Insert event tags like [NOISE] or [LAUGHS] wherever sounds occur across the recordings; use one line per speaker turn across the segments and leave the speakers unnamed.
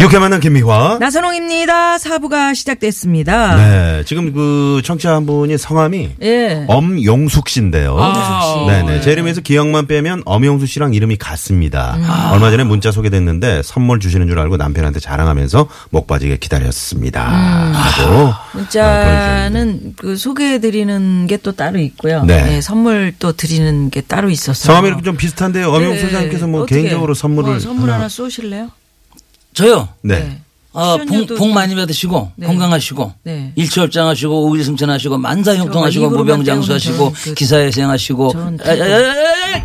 이렇게 만난 김미화.
나선홍입니다. 사부가 시작됐습니다.
네, 지금 그 청취자 한 분이 성함이
예.
어?
아,
엄용숙 씨인데요.
엄용숙 씨.
네네. 제 이름에서 기억만 빼면 엄용숙 씨랑 이름이 같습니다.
음.
아. 얼마 전에 문자 소개됐는데 선물 주시는 줄 알고 남편한테 자랑하면서 목 빠지게 기다렸습니다.
음. 아,
하고 어,
문자는 그 소개해드리는 게 또 따로 있고요.
아, 네.
예, 선물 또 드리는 게 따로 있어서.
성함이 이렇게 좀 비슷한데
예,
엄용숙 씨님께서 뭐
어떻게
개인적으로 선물을
어, 선물 하나,
하나-
쏘실래요?
저요.
네.
어, 복,
출연료도
복 많이 받으시고
네.
건강하시고
네. 그러니까
일치월장하시고 오일승천하시고 만사형통하시고
저거 입으로만
무병장수하시고
때우는 저런 그-
기사회생하시고
저런
에, 에, 에, 에!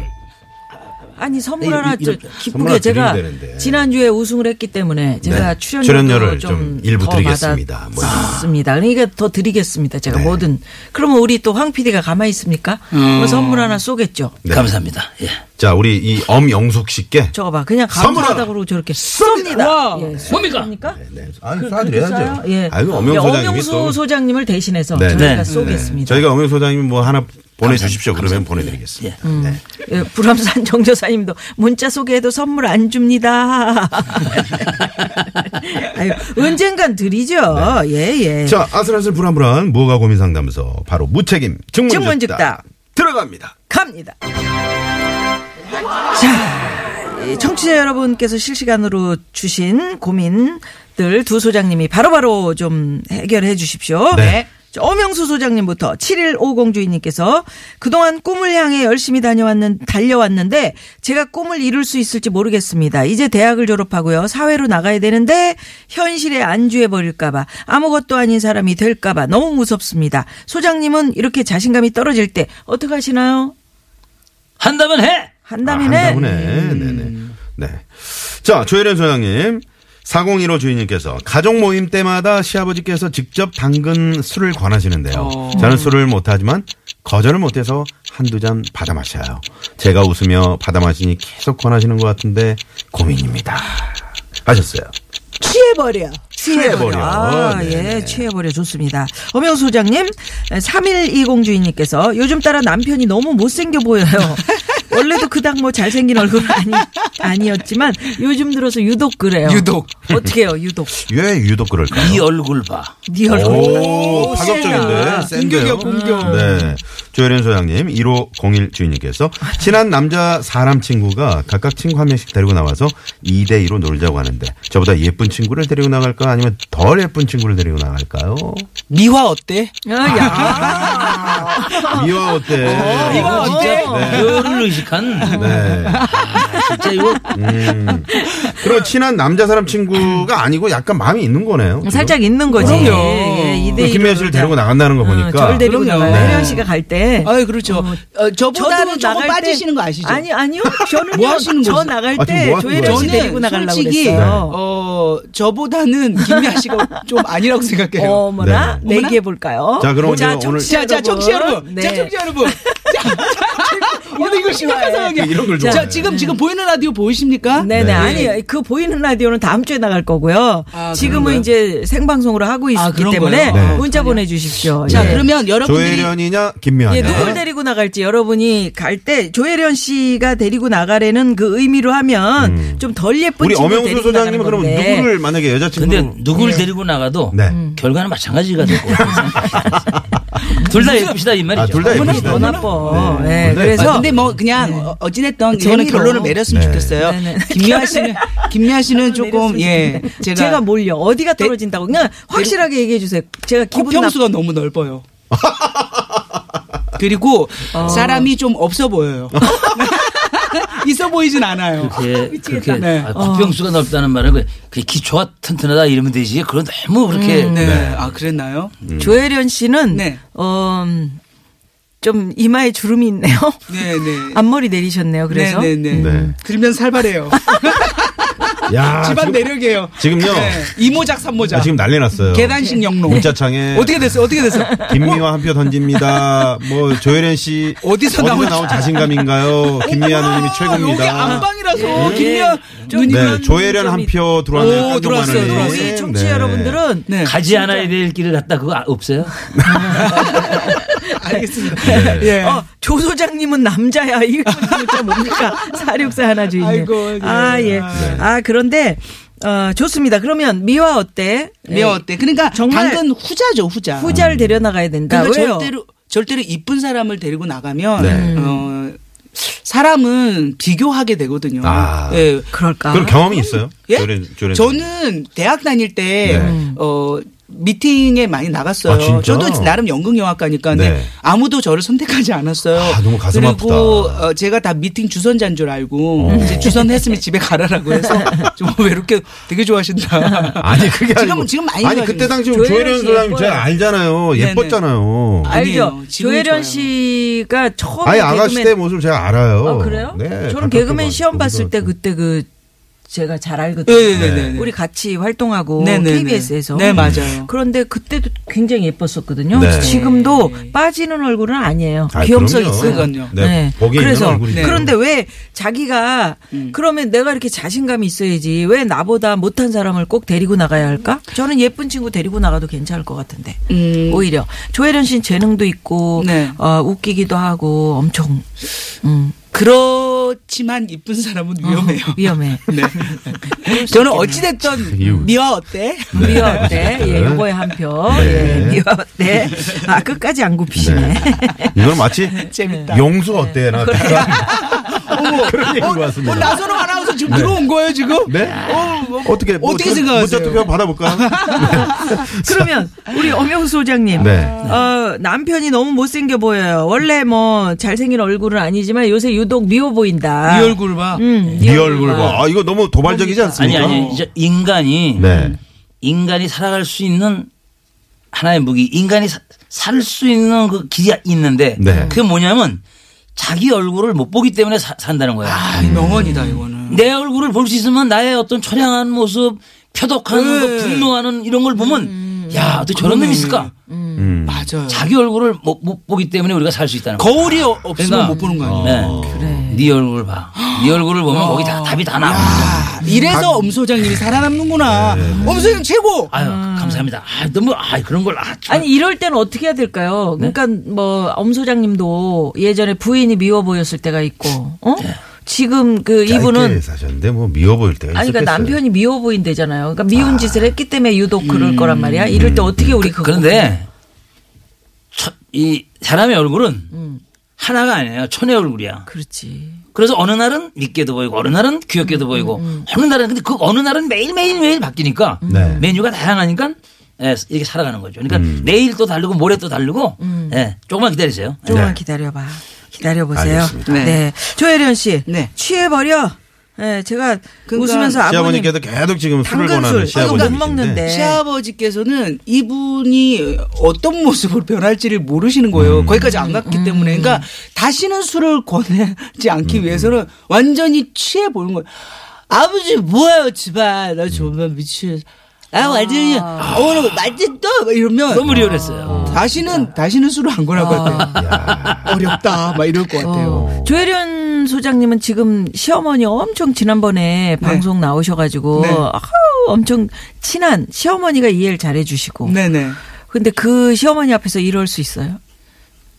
아니 선물
이-
하나
이-
좀
이런-
네, 선물
기쁘게
하나
제가
드리면 되는데.
지난주에 우승을 했기 때문에 제가
네.
출연료도
출연료를
좀
좀 일부
더
드리겠습니다. 뭐.
받았습니다. 그러니까 더 드리겠습니다. 제가
네.
뭐든. 그러면 우리 또 황 PD가 가만히 있습니까?
음.
그럼 선물 하나 쏘겠죠.
네.
감사합니다. 예.
자, 우리 이 엄용숙 씨께
저거 봐. 그냥
선물
감사하다고
하나.
그러고 저렇게 쏩니다. 예, 쏩니까?
네. 아니, 쏴드려야죠.
쏴요? 예.
아이고, 엄영
예,
소장님이
엄영수
또-
소장님을 대신해서
네.
저희가
네.
쏘겠습니다.
저희가 엄영 소장님 뭐 하나 보내주십시오. 그러면 보내드리겠습니다. 네.
예, 불암산 정조사님도 문자 소개해도 선물 안 줍니다. [LAUGHS] 아유, 언젠간 드리죠. 예, 예.
네. 자, 아슬아슬 불안불안 무허가 고민 상담소 바로 무책임 증문즉답,
증문즉답. 그
들어갑니다.
갑니다. 자, 이 예, 청취자 여러분께서 실시간으로 주신 고민들 두 소장님이 바로바로 좀 해결해 주십시오.
네.
자, 엄영수 소장님부터 7150 주인님께서 그동안 꿈을 향해 열심히 다녀왔는, 달려왔는데 제가 꿈을 이룰 수 있을지 모르겠습니다. 이제 대학을 졸업하고요. 사회로 나가야 되는데 현실에 안주해버릴까봐 아무것도 아닌 사람이 될까봐 너무 무섭습니다. 소장님은 이렇게 자신감이 떨어질 때 어떻게 하시나요?
한다면 해.
한다면은
아, 한다면에. 네네. 네. 자, 조혜련 소장님. 4015 주인님께서 가족 모임 때마다 시아버지께서 직접 당근 술을 권하시는데요. 저는 술을 못하지만 거절을 못해서 한두 잔 받아 마셔요. 제가 웃으며 받아 마시니 계속 권하시는 것 같은데 고민입니다. 하셨어요.
취해버려.
취해버려. 어,
아,
네네.
예, 취해버려. 좋습니다. 엄영 소장님, 3120 주인님께서 요즘 따라 남편이 너무 못생겨
[LAUGHS]
보여요. 원래도 그닥 뭐 잘생긴 얼굴 아니, 아니었지만 요즘 들어서 유독 그래요.
유독.
어떻게요, 유독.
왜 유독 그럴까요?
이 얼굴 봐.
네 얼굴.
오, 파격적인데. 공격이야, 공격. 네. 조혜련 소장님, 1501 주인님께서 친한 남자 사람 친구가 각각 친구 한 명씩 데리고 나와서 2대2로 놀자고 하는데 저보다 예쁜 친구를 데리고 나갈까 아니면 덜 예쁜 친구를 데리고 나갈까요?
미화 어때?
아, 야.
미화 [LAUGHS] 어때?
이거 진짜 열을 의식한.
네. 음.
진짜 이거
그럼 친한 남자 사람 친구가 아니고 약간 마음이 있는 거네요. 지금?
살짝 있는 거지.
그럼요.
예, 예, 이대
김혜연 씨를 데리고 나간다는 거 보니까.
저를 데리고
그럼요.
나가요.
네.
혜련 씨가 갈 때.
아, 그렇죠. 어, 저보다는
저도
조금
나갈
빠지시는
때-
거 아시죠?
아니 아니요.
[LAUGHS]
저는요.
뭐 하시는
저
거죠?
나갈
아, 지금
때
뭐 하는
조혜련
거예요?
씨
저는
데리고 나가려고
솔직히
그랬어요. 네.
어, 저보다는 김미아
[LAUGHS]
씨가 좀 아니라고 생각해요.
어머나
네.
내기해 볼까요?
자, 그럼
자,
이제 오늘-
청취자
자, 자, 청취 자 여러분.
네.
자, 청취 자 여러분. 자, 자, 오늘 이거 심각한 상황이야.
이런 걸 좋아해.
자, 지금, 지금 보이는 라디오 보이십니까?
네. 네네
네.
아니 그 보이는 라디오는 다음 주에 나갈 거고요.
아,
지금은
그런가요?
이제 생방송으로 하고 있기
아, 그런
때문에
거예요? 네.
문자 보내주십시오.
자, 네.
예.
그러면 여러분들이.
네. 조혜련이냐, 김미화냐.
예, 누굴 데리고 나갈지 여러분이 갈 때 조혜련 씨가 데리고 나가려는 그 의미로 하면
음.
좀 덜 예쁜
우리
친구
엄영수
데리고
소장님은
나가는
그럼
건데. 음.
누구를 만약에
근데
여자친구
누굴 데리고 나가도
네.
결과는 마찬가지가 되고. [LAUGHS] 둘 다 예쁘시다 이 말이죠.
아, 둘다
너무나
예쁘시다.
더 나빠. 예,
네.
그래서
아, 근데 뭐 그냥 어, 어찌됐든 이거는
네. 재미로.
결론을 내렸으면
네.
좋겠어요.
네네.
김미아
[LAUGHS]
씨는 김미아 씨는 조금 예 [LAUGHS]
제가,
제가,
뭘요? 어디가 떨어진다고 그냥 확실하게 얘기해 주세요. 제가 기분 나쁘
어, 평수가 너무
[LAUGHS]
넓어요. 그리고
아.
사람이 좀 없어 보여요. [LAUGHS] 있어 보이진 않아요.
그렇게 그렇게
네.
아, 국병수가 넓다는 말은 그- 그 기초가 튼튼하다 이러면 되지. 그건 너무 그렇게
음.
네. 아 그랬나요?
조혜련 씨는
네.
어, 음, 좀 이마에 주름이 있네요. [LAUGHS]
네, 네.
앞머리 내리셨네요. 아, 그래서
네, 네, 네.
네.
그러면 살벌해요.
야,
집안
아, 지금-
내력이에요. 네.
지금요?
이모작 삼모작.
아, 지금 난리 났어요. 네.
계단식 영롱.
[LAUGHS] 문자창에
어떻게 됐어? 어떻게 됐어?
김미화 한 표 던집니다. 뭐 조혜련 씨
어디서 나온-
나온
어,
자신감인가요? [LAUGHS] 김미화 누님이
아, 여기
최고입니다. 예.
안방이라서 김미연 누님.
네, 조혜련 한 표 들어왔네요.
오,
깜짝
들어왔어요,
놀랐네요.
들어왔어요.
우리 청취
네.
여러분들은
네.
가지 않아야 될 길을 갔다 그거 아- 없어요?
알겠습니다.
네.
예.
어, 조 소장님은 남자야. [LAUGHS] 이거 진짜 뭡니까? 사육사 하나 주인님.
아이고, 네.
아, 예.
네.
아, 그런데, 어, 좋습니다. 그러면 미화 어때?
미어 어때? 그러니까
네. 정말-
당근 후자죠, 후자.
후자를 데려나가야 된다.
그러니까
아, 왜요? 음.
절대로 절대로 이쁜 사람을 데리고 나가면
네.
어, 사람은 비교하게 되거든요.
아.
예.
그럴까?
그런 경험이 있어요?
예?
조혜련, 조혜련 씨.
저는 대학 다닐 때
네.
어, 미팅에 많이 나갔어요.
아, 진짜?
저도 나름 연극영화과니까 근데
네.
아무도 저를 선택하지 않았어요.
아, 너무 가슴
그리고
아프다.
어, 제가 다 미팅 주선자인 줄 알고
어.
이제 주선했으면 집에 가라라고 해서 [LAUGHS] 정말 외롭게 되게 좋아하신다.
[LAUGHS] 아니 그게
지금-
아니고
지금 많이
아니
가지고
그때
있어요.
당시
조혜련
조혜련
씨
소장님 제가
예뻐요.
알잖아요.
네네.
예뻤잖아요.
아,
알죠.
아니에요. 지금이
조혜련
좋아요.
씨가 처음
아니 아가씨
개그맨-
때 모습 제가 알아요.
아, 그래요?
네,
저는
가깝게
개그맨
봐-
시험
보기도
봤을 때
하고.
그때 그 제가 잘 알거든요.
네네네.
우리 같이 활동하고
네네네.
KBS에서
네, 맞아요.
그런데 그때도 굉장히 예뻤었거든요.
네.
지금도 빠지는 얼굴은 아니에요.
아,
귀염성
그럼요.
있어요.
그건요.
네, 보기 있는
그래서
얼굴이죠.
그런데 왜 자기가
음.
그러면 내가 이렇게 자신감이 있어야지 왜 나보다 못한 사람을 꼭 데리고 나가야 할까? 저는 예쁜 친구 데리고 나가도 괜찮을 것 같은데
음.
오히려 조혜련 씨는 재능도 있고
네.
어, 웃기기도 하고 엄청 음,
그렇지만 이쁜 사람은 위험해요.
위험해.
네. 저는 어찌됐든 미화 어때?
미화 어때? 예, 요거에 한 표.
네.
예, 미화 어때? 아, 끝까지 안 굽히시네.
이건 마치
재밌다.
용수 어때? 나 그런 얘기인 것
어,
같습니다.
나선홍 아나운서 지금 들어온 거예요 지금?
음, 네? 어, 떻게
어떻게 생각하세요?
문자 투표 받아볼까요?
그러면 우리 엄영 소장님.
네.
어, 남편이 너무 못생겨 보여요. 원래 뭐 잘생긴 얼굴은 아니지만 요새 유독 미워 보인다.
이 얼굴 봐.
음,
네 얼굴 봐. 아 이거 너무 도발적이지
아니
않습니까?
아니 이제 인간이
네.
인간이 살아갈 수 있는 하나의 무기 인간이 살 수 있는 그 길이 있는데
네.
그게 뭐냐면 자기 얼굴을 못 보기 때문에 사- 산다는 거야.
아, 명언이다
음.
이거는.
내 얼굴을 볼 수 있으면 나의 어떤 처량한 모습, 표독한
네.
거, 분노하는 이런 걸 보면 야, 어떻게 저런 놈이 있을까?
음.
맞아요.
자기 얼굴을 못, 못 보기 때문에 우리가 살 수 있다는 거야.
거울이 어- 없으면
그러니까-
못 보는 거
어.
아니에요?
네. 네 얼굴을 봐. 네 얼굴을 보면 거기 다, 답이 다 나와.
아, 이래서 엄 소장님이 살아남는구나.
네,
엄 소장님 최고.
아유, 감사합니다. 아, 너무 아, 그런 걸 아, 참.
아니 이럴 때는 어떻게 해야 될까요?
네?
그러니까 뭐 엄 소장님도 예전에 부인이 미워 보였을 때가 있고, 어?
네.
지금 그 이분은
짧게 사셨는데 뭐 미워 보일 때가
아니, 그러니까
있었겠어요.
남편이 미워 보인대잖아요. 그러니까 미운 짓을 했기 때문에 유독
음.
그럴 거란 말이야. 이럴 때 어떻게 우리 그,
그런데 첫- 이 사람의 얼굴은 하나가 아니에요. 천의 얼굴이야.
그렇지.
그래서 어느 날은 믿게도 보이고 어느 날은 귀엽게도 보이고 어느 날은 근데 그 어느 날은 매일 매일 매일 바뀌니까
네.
메뉴가 다양하니까 예, 이렇게 살아가는 거죠. 그러니까 내일 또 다르고 모레 또 다르고 예, 조금만 기다리세요. 예.
조금만 기다려봐. 기다려보세요.
네. 알겠습니다.
네. 네. 조혜련 씨.
네.
취해버려. 네, 제가 웃으면서 아버님.
시아버님께도 계속 지금 술을 권하는
당근술
시아버님.
못
네.
먹는데.
시아버지께서는 이분이 어떤 모습으로 변할지를 모르시는 거예요. 거기까지 안 갔기
음.
때문에. 그러니까 다시는 술을 권하지 않기 위해서는 완전히 취해 보는 거예요. 아버지 뭐예요 집안 나 정말 미치겠어. 아 완전히 어머나 맛있다 막 이러면
너무 리얼했어요.
다시는 다시는 술을 안 권하고 할때 어렵다 막 이럴 것 같아요.
어. 조혜련 소장님은 지금 시어머니 엄청 지난번에 방송 나오셔가지고
네.
아우, 엄청 친한 시어머니가 이해를 잘해주시고
네네.
근데 그 시어머니 앞에서 이럴 수 있어요?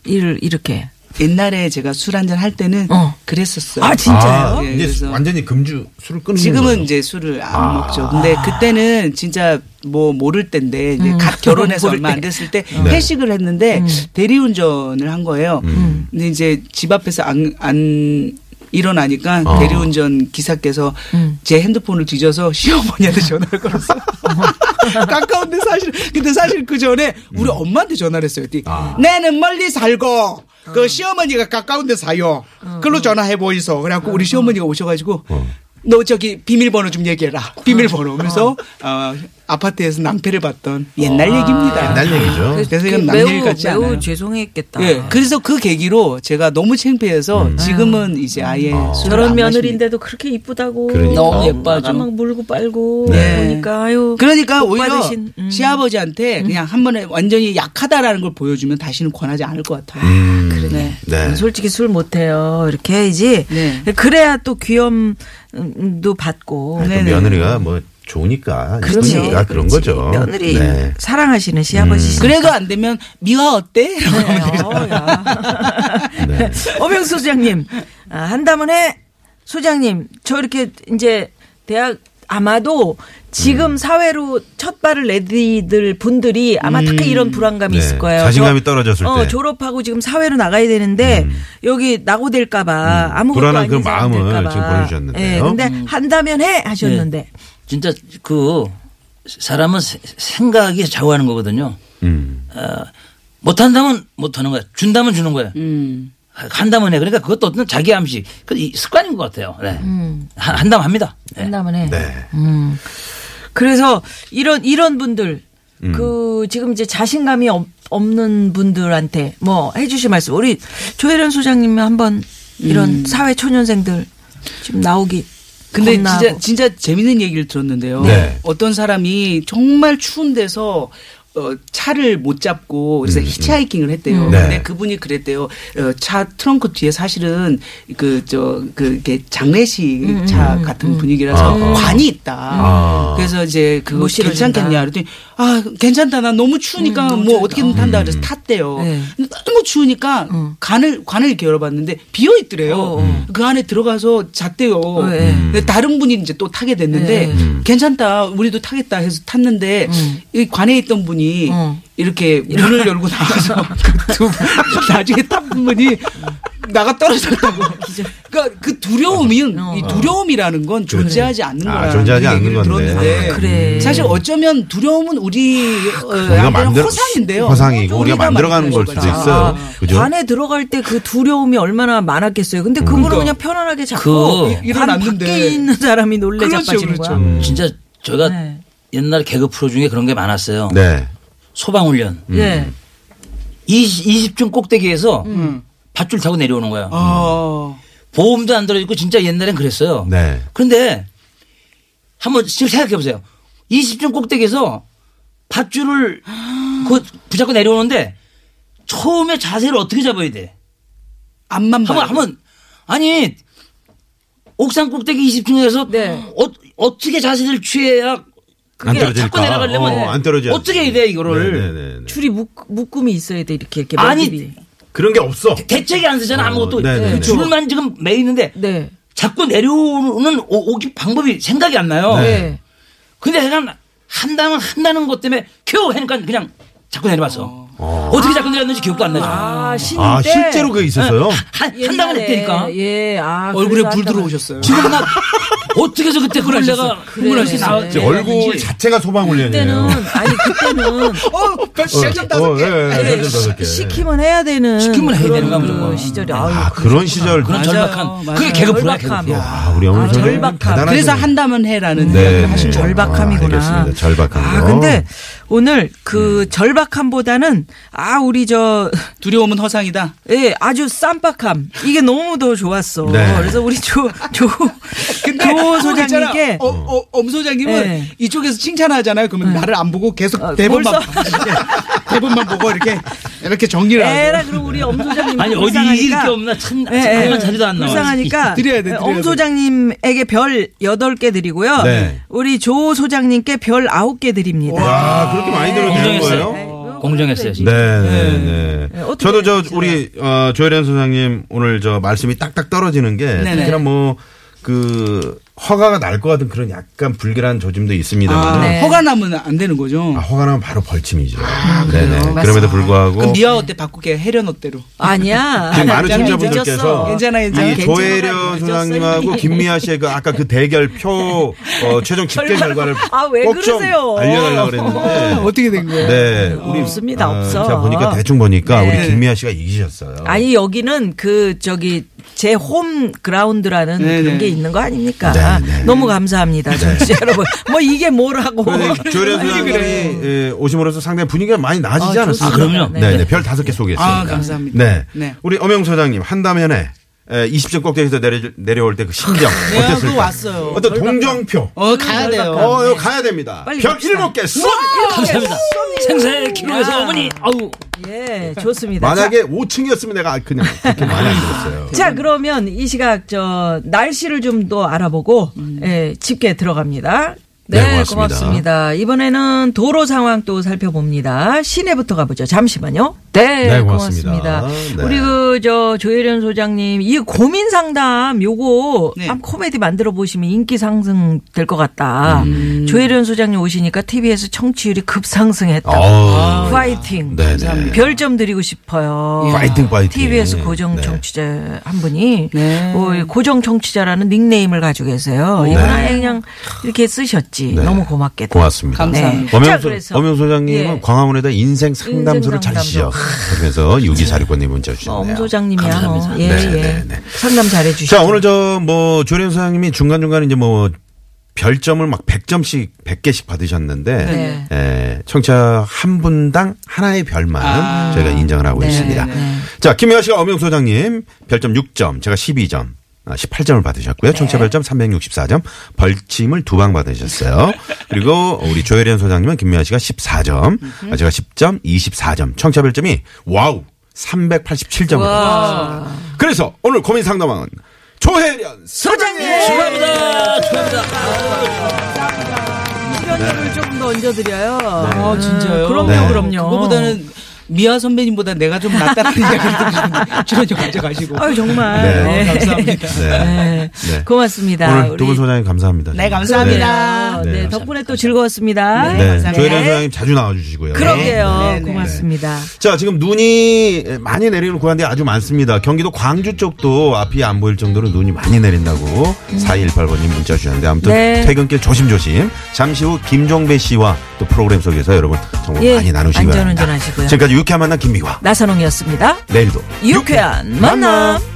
이를 이렇게
옛날에 제가 술 한잔 할 때는
어.
그랬었어요.
아 진짜요?
아,
예,
이제
그래서-
완전히 금주 술을 끊는
지금은
거예요. 아.
이제 술을 안 먹죠. 근데 그때는 진짜 뭐 모를 때인데 이제 갓 결혼해서
음. [LAUGHS] 모를 음.
얼마 안
때.
됐을 때
네.
회식을 했는데 대리운전을 한 거예요.
음.
근데 이제 집 앞에서 안, 안 일어나니까
어.
대리운전 기사께서
음.
제 핸드폰을 뒤져서 시어머니한테 전화를
[LAUGHS]
걸었어요. [LAUGHS] 가까운데 사실 근데 사실 그 전에 우리 엄마한테 전화를 했어요.
음. 아.
나는 멀리 살고 그 시어머니가 가까운데 사요. 글로 전화해 보이소. 그래갖고 우리 시어머니가 오셔가지고 너 저기 비밀번호 좀 얘기해라. 비밀번호. 그래서 어, 아파트에서 낭패를 봤던 옛날 얘기입니다.
아, 옛날 얘기죠.
음, 그래서 이건 남
매우
일 같지 않아요.
매우 죄송했겠다.
예, 그래서 그 계기로 제가 너무 창피해서
음.
지금은 이제 아예 술을
음. 저런
안
며느리인데도 그렇게 이쁘다고
그러니까.
너무
음.
예뻐하죠.
막 물고 빨고
네.
그러니까 아유
마십니다. 그러니까
복
오히려
받으신, 음.
시아버지한테 그냥 한 번에 완전히 약하다라는 걸 보여주면 다시는 권하지 않을 것 같아요. 그러네.
네.
음, 솔직히 아, 술 못해요 이렇게 해야지
네.
그래야 또 귀염도 받고
네.
또 며느리가 뭐 좋으니까 이쁘니까 그런
그렇죠. 그렇지.
거죠.
며느리
네. 음.
사랑하시는 시아버지시
그래도 안 되면 미화 어때? 이러고 하면 되죠.
네.
[LAUGHS] 어명수 소장님 아, 한담은 해 소장님 저 이렇게 이제 대학 아마도 지금
음.
사회로 첫 발을 내디들 분들이 아마 다 이런 불안감이
네.
있을 거예요.
자신감이 떨어졌을
어,
때. 음.
졸업하고 지금 사회로 나가야 되는데 여기 낙오될까봐 아무것도
불안한
아닌
그런
사람
마음을
될까봐.
지금 보여주셨는데요.
예, 근데 한다면 해 하셨는데
진짜 그 사람은 세- 생각이 좌우하는 거거든요.
음.
어, 못한다면 못하는 거야. 준다면 주는 거야.
음.
한다면 해. 그러니까 그것도 어떤 자기 암시. 그 이 습관인 것 같아요. 네. 한- 한다면 합니다. 네.
한다면 해.
네.
그래서 이런 이런 분들
음.
그 지금 이제 자신감이 없, 는 분들한테 뭐 해주실 말씀 우리 조혜련 소장님 한번 이런 사회 초년생들 지금 나오기
근데
겁나고.
진짜 진짜 재밌는 얘기를 들었는데요.
네.
어떤 사람이 정말 추운 데서 어, 차를 못 잡고 그래서 히치하이킹을 했대요.
음, 네.
근데 그분이 그랬대요. 어, 차 트렁크 뒤에 사실은 그 저그 이렇게 장례식 차 같은 분위기라서
아, 아.
관이 있다.
아.
그래서 이제 그거
못 실어준다.
괜찮겠냐 그랬더니 아 괜찮다. 나 너무 추우니까 뭐 어떻게든 탄다
음.
그래서 탔대요.
네.
근데 너무 추우니까 관을 관을 이렇게 열어봤는데 비어 있더래요. 그 안에 들어가서 잤대요.
네.
음.
근데 다른 분이 이제 또 타게
네.
됐는데 괜찮다 우리도 타겠다 해서 탔는데
음.
이 관에 있던 분이
어.
이렇게
[LAUGHS]
문을 열고 나가서 그두 나중에 탄 분이 나가 떨어졌다고. 그러니까 그 두려움은
어.
이 두려움이라는 건 존재하지 않는
아,
거라는
존재하지 않는
얘기를
건데.
들었는데
아,
그래.
사실 어쩌면 두려움은 우리 어,
우리가
안에는
만들-
허상인데요.
허상이고 우리가 만들어가는 걸 수도
거잖아.
있어요. 그죠?
관에 들어갈 때 그 두려움이 얼마나 많았겠어요. 근데 그거는 그냥 편안하게
그
잡고 관
그러니까. 일어났는데.
밖에 있는 사람이 놀래
그렇죠,
자빠지는
그렇죠.
거야.
음.
진짜 저희가
네.
옛날 개그 프로 중에 그런 게 많았어요.
네. 음.
소방훈련.
예.
음.
20, 20층 꼭대기에서 밧줄 타고 내려오는 거야.
아.
어.
보험도 안 들어있고 진짜 옛날엔 그랬어요.
네.
그런데 한번 지금 생각해 보세요. 20층 꼭대기에서 밧줄을 그 붙잡고 내려오는데 처음에 자세를 어떻게 잡아야 돼?
앞만
네.
봐.
한번 한번 아니 옥상 꼭대기 20층에서
네.
어, 떻게 자세를 취해야
안
그게
떨어질까?
자꾸 내려가려면
어, 안 떨어져.
어떻게 해야 돼 이거를?
네네네.
줄이 묶, 묶음이 있어야 돼 이렇게 이렇게
아니,
매듭이.
그런 게 없어.
대책이 안 쓰잖아
어,
아무것도
네네네.
그 줄만 지금 매 있는데
네.
자꾸 내려오는 오, 오기 방법이 생각이 안 나요.
네.
근데 그냥 한다면 한다는 것 때문에 큐 하니까 그냥 자꾸 내려봤어. 어. 떻게 자꾸 내렸는지 기억도 안 나죠.
아, 신인
아,
때
실제로 그게 있었어요?
한, 한다면 했다니까.
예, 아,
얼굴에
그래서
불
한다면.
들어오셨어요.
지금 나 어떻게 해서 그때 그걸 내가 흥분하게
그래.
나왔지.
이제 얼굴 자체가
그때는 어,
소방훈련이에요.
아니 그때는
어, 별 시간 다섯
예,
개.
그래, 시- 시키면 해야 되는
시키면 해야
그런
되는 거야,
그
무조건.
시절이
아,
아유,
그런 시절.
그런
맞아요,
절박한 그게
맞아요.
개그 프로야 개그
절박함.
프로.
아, 우리 어머니
아,
선생님
절박함.
대단하시네요.
그래서 한다면 해라는
네.
이야기를 하신 거예요.
절박함이구나.
아, 알겠습니다. 절박함.
아, 근데 오늘 그 절박함보다는 아 우리 저
두려움은 허상이다.
예, 아주 쌈박함 이게 너무 더 좋았어.
네.
그래서 우리 조조
근데
조
그거 있잖아.
소장님께
어, 어, 엄 소장님은
네.
이쪽에서 칭찬하잖아요. 그러면 나를 안 보고 계속
어,
대본만
벌써?
보고
[LAUGHS]
대본만 보고 이렇게 이렇게 정리를 하고
에라 그럼 우리 엄그 소장님
아니 어디 이길 게 없나 참 잠깐만 자리도 안 나와.
예,
[LAUGHS]
불쌍하니까
드려야 돼, 드려야 돼.
엄 소장님에게 별 8개 드리고요.
네.
우리 조 소장님께 별 9개 드립니다.
와, 그렇게 많이 들어주는
공정했어요.
거예요?
공정했어요. 진짜.
네, 네,
네,
네.
어떻게
저도 저
해야지?
우리 어, 조혜련 소장님 오늘 저 말씀이 딱딱 떨어지는 게
네네.
특히나 뭐 뭐그 허가가 날 것 같은 그런 약간 불길한 조짐도 있습니다만
아,
은
네.
허가 나면 안 되는 거죠.
아, 허가 나면 바로 벌침이죠. 네네. 그럼에도
음. 그럼
불구하고
미화 어때 바꾸게 해련 어때로.
아니야.
지금 많은
괜찮아,
청자분들께서
괜찮아, 괜찮아.
이
괜찮아.
조혜련 소장님하고 김미아 씨의 그 아까 그 대결 표 어, 최종 집계 결과를
아, 왜
꼭 좀
그러세요?
알려달라고 그랬는데
아, 어떻게 된 거예요?
네, 우리
없습니다, 없어.
제가 보니까 대충 보니까
네.
우리 김미아 씨가 이기셨어요.
아니 여기는 그 저기 제 홈 그라운드라는 그런
네네.
게 있는 거 아닙니까?
네네. 네.
너무 감사합니다. [LAUGHS] 청취자 여러분. 뭐 이게 뭐라고.
그런데 조혜련 소장님이 예, 오심으로써 상당히 분위기가 많이 나아지지
아,
않았어요?
좋습니다. 아, 그럼요.
네, 네,
네.
별 다섯 개 소개했습니다.
아, 감사합니다.
네.
네.
우리 엄영 소장님 한담현에 20점 꼭대기에서 내려, 내려올 때 그 심정
내가
어땠을까?
그거 왔어요.
어떤 동정표.
어 가야 돼요.
어, 이거 가야 됩니다.
빨리
별
갑시다.
일곱 개 쏙!
어,
감사합니다. 생사의 기록에서 어머니, 아우.
[LAUGHS] 예, 좋습니다.
만약에 5층이었으면 내가 그냥 그렇게 많이 안 들었어요.
자, 자, 그러면 이 시각 저 날씨를 좀 더 알아보고 예, 집게 들어갑니다. 네,
네, 고맙습니다.
고맙습니다. 이번에는 도로 상황 또 살펴봅니다. 시내부터 가보죠. 잠시만요. 네,
네, 고맙습니다.
고맙습니다.
네.
우리 그 저 조혜련 소장님 이 고민 상담 요거
네.
한번 코미디 만들어 보시면 인기 상승 될 것 같다.
음.
조혜련 소장님 오시니까 TBS 청취율이 급상승했다.
어.
파이팅.
네, 네.
별점 드리고 싶어요.
파이팅, 파이팅.
TBS 고정
네.
청취자 한 분이
네.
어, 이 고정 청취자라는 닉네임을 가지고 계세요. 이분 아예 그냥 이렇게 쓰셨지.
네.
너무 고맙게.
고맙습니다. 네.
감사합니다.
자,
엄영, 소,
그래서
엄영 소장님은
예.
광화문에다 인생 상담소를
인생
차리시죠.
상담소.
그러면서 유기사리권님 문자 주셨네요.
엄 소장님이야. 뭐. 예,
네,
예.
네, 네.
상담 잘해주시죠.
자, 오늘 저, 뭐, 조련 소장님이 중간중간 이제 뭐, 별점을 막 100점씩, 100개씩 받으셨는데,
네.
에, 청취자 한 분당 하나의 별만 저희가 인정을 하고
네,
있습니다.
네.
자, 김혜아 씨가 엄영 소장님, 별점 6점, 제가 12점. 18점을 받으셨고요.
네.
청취자 별점 364점, 벌침을 두 방 받으셨어요. 그리고 우리 조혜련 소장님은 김미아 씨가 14점, 아, 제가 10점, 24점. 청취자 별점이 와우 387점을 받으셨습니다. 그래서 오늘 고민 상담왕은 조혜련 소장님.
축하합니다. 축하합니다.
출연료를 조금 더 얹어드려요.
아, 진짜요?
음, 그럼요,
네.
그럼요.
그거보다는 미아 선배님보다 내가 좀 낫다는 이야기를 출연료 가져가시고.
아유, 정말.
네.
어, 네.
어, 감사합니다.
네.
네.
네.
[LAUGHS] 고맙습니다.
오늘 두 분 소장님 감사합니다.
네,
정말.
감사합니다.
네,
네,
덕분에 또 즐거웠습니다.
네. 네. 조혜련 소장님 자주 나와주시고요.
그러게요.
네, 네, 네.
고맙습니다.
자, 지금 눈이 많이 내리는 고한데 아주 많습니다. 경기도 광주 쪽도 앞이 안 보일 정도로 눈이 많이 내린다고 4218번님 문자 주셨는데 아무튼
네.
퇴근길 조심조심. 잠시 후 김종배 씨와 또 프로그램 속에서 여러분 정보
예,
네. 많이 나누시기 바랍니다.
안전운전하시고요.
지금까지 네. 유쾌한 만남 김미화.
나선홍이었습니다.
내일도
유쾌한 만남.